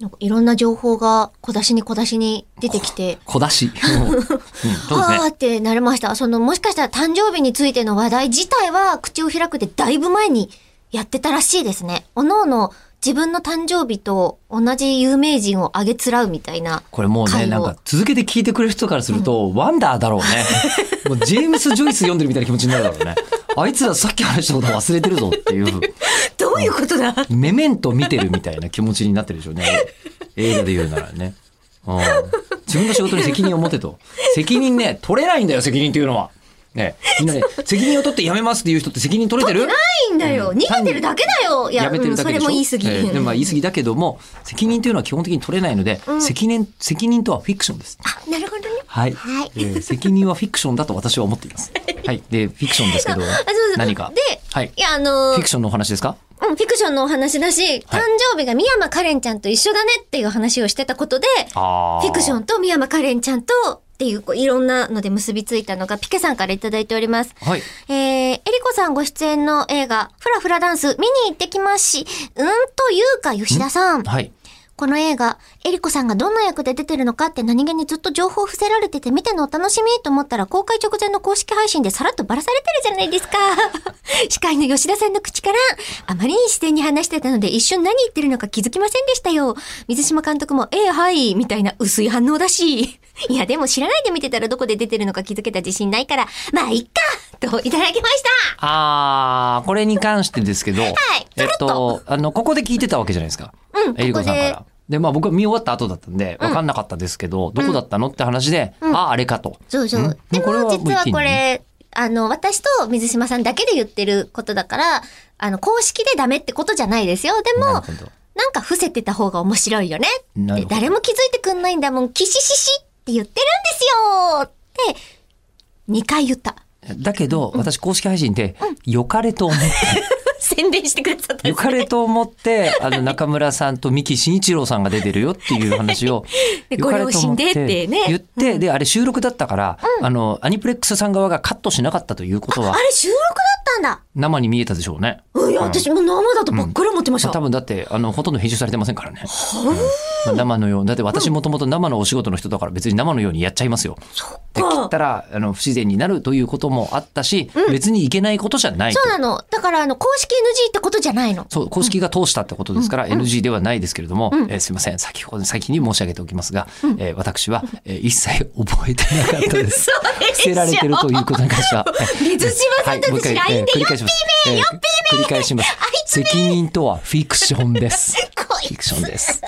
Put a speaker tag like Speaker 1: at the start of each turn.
Speaker 1: なんかいろんな情報が小出しに小出しに出てきて、
Speaker 2: 小 出し。うんうんそうです
Speaker 1: あ
Speaker 2: ね。
Speaker 1: ーってなりました。その、もしかしたら誕生日についての話題自体は、口を開くでだいぶ前にやってたらしいですね。おのおの自分の誕生日と同じ有名人をあげつらうみたいな。
Speaker 2: これもうね、
Speaker 1: 会を
Speaker 2: なんか続けて聞いてくれる人からすると、ワンダーだろ うね。もうジェームス・ジョイス読んでるみたいな気持ちになるだろうね。あいつらさっき話したこと忘れてるぞっていう、
Speaker 1: どういうことだ
Speaker 2: メメント見てるみたいな気持ちになってるでしょうね。映画で言うならね。うん自分の仕事に責任を持てと。責任ね、取れないんだよ、責任っていうのは。ね、みんなね、責任を取ってやめますっていう人って責任取れてる
Speaker 1: ないんだよ。逃げてるだけだよ。い
Speaker 2: やめてるだけでしょ、
Speaker 1: うんそれも言い過ぎ。
Speaker 2: えーでもまあ言い過ぎだけど も責任というのは基本的に取れないので、責任責任とはフィクションです。
Speaker 1: あ、なるほどね。
Speaker 2: はい、
Speaker 1: はい
Speaker 2: えー責任はフィクションだと私は思っています。はい、でフィクションですけど
Speaker 1: あそうそう
Speaker 2: 何か
Speaker 1: で
Speaker 2: はい、
Speaker 1: いや、あのー
Speaker 2: フィクションのお話ですか？
Speaker 1: うん、フィクションのお話だし、
Speaker 2: はい
Speaker 1: 誕生日が宮山カレンちゃんと一緒だねっていう話をしてたことで、
Speaker 2: あー
Speaker 1: フィクションと宮山カレンちゃんとっていう、こういろんなので結びついたのが、ピケさんからいただいております。
Speaker 2: はい。
Speaker 1: えー、エリコさんご出演の映画、フラフラダンス、見に行ってきますし、うんというか、吉田さん。
Speaker 2: はい。
Speaker 1: この映画、エリコさんがどんな役で出てるのかって何気にずっと情報を伏せられてて見てのお楽しみと思ったら公開直前の公式配信でさらっとばらされてるじゃないですか。 司会の吉田さんの口から、あまりに自然に話してたので一瞬何言ってるのか気づきませんでしたよ。水島監督も、ええはい、みたいな薄い反応だし。 いや、でも知らないで見てたらどこで出てるのか気づけた自信ないから、まあ、いっかといただきました
Speaker 2: ああこれに関してですけど、はい
Speaker 1: ち
Speaker 2: え
Speaker 1: ょ
Speaker 2: っ
Speaker 1: ろっと
Speaker 2: とあのここで聞いてたわけじゃないですか。
Speaker 1: うん
Speaker 2: えりこさんか
Speaker 1: こ
Speaker 2: ら。でまあ僕は見終わった後だったんで分かんなかったですけど、どこだったのって話で、あああれかと。
Speaker 1: そうそ
Speaker 2: ん
Speaker 1: う。で
Speaker 2: これ
Speaker 1: も、
Speaker 2: はもう
Speaker 1: 実は
Speaker 2: 一気に
Speaker 1: これ、
Speaker 2: ね
Speaker 1: あの、私と水島さんだけで言ってることだから、あの、公式でダメってことじゃないですよ。でも、
Speaker 2: な
Speaker 1: な
Speaker 2: るほど
Speaker 1: んか伏せてた方が面白いよね
Speaker 2: な
Speaker 1: っ
Speaker 2: る
Speaker 1: て
Speaker 2: ほ、ど
Speaker 1: 誰も気づいてくんないんだもん、キシシシって言ってるんですよって、2回言った。
Speaker 2: だけど、私公式配信で、良かれと 思って、
Speaker 1: 宣伝してくださったん
Speaker 2: 良
Speaker 1: です
Speaker 2: かれと思って、あの、中村さんと三木真一郎さんが出てるよっていう話を、
Speaker 1: で
Speaker 2: 良かれと思
Speaker 1: ご両親でってね
Speaker 2: 言って、で、あれ収録だったから、あの、アニプレックスさん側がカットしなかったということは
Speaker 1: あ、れ収録だったんだ。
Speaker 2: 生に見えたでしょうね。
Speaker 1: うんいや、私もう生だとばっかり思ってました。
Speaker 2: 多分だって、あの、ほとんど編集されてませんからね。うんまあ生のよう、だって私もともと生のお仕事の人だから別に生のようにやっちゃいますよ。で切ったら、あの、不自然になるということもあったし、別にいけないことじゃないと
Speaker 1: そうなの。だから、あの、公式 NG ってことじゃない の。
Speaker 2: そう、公式が通したってことですから、NG ではないですけれども、えーすいません、先ほど、先に申し上げておきますが、えー私は、えー一切覚えてなかった です。
Speaker 1: そうで
Speaker 2: 捨てられてるということに関して は。
Speaker 1: 水島さんと私 LINE で
Speaker 2: 繰り返します。 えー繰り返します。責任とはフィクションです。
Speaker 1: こい
Speaker 2: フィクションです。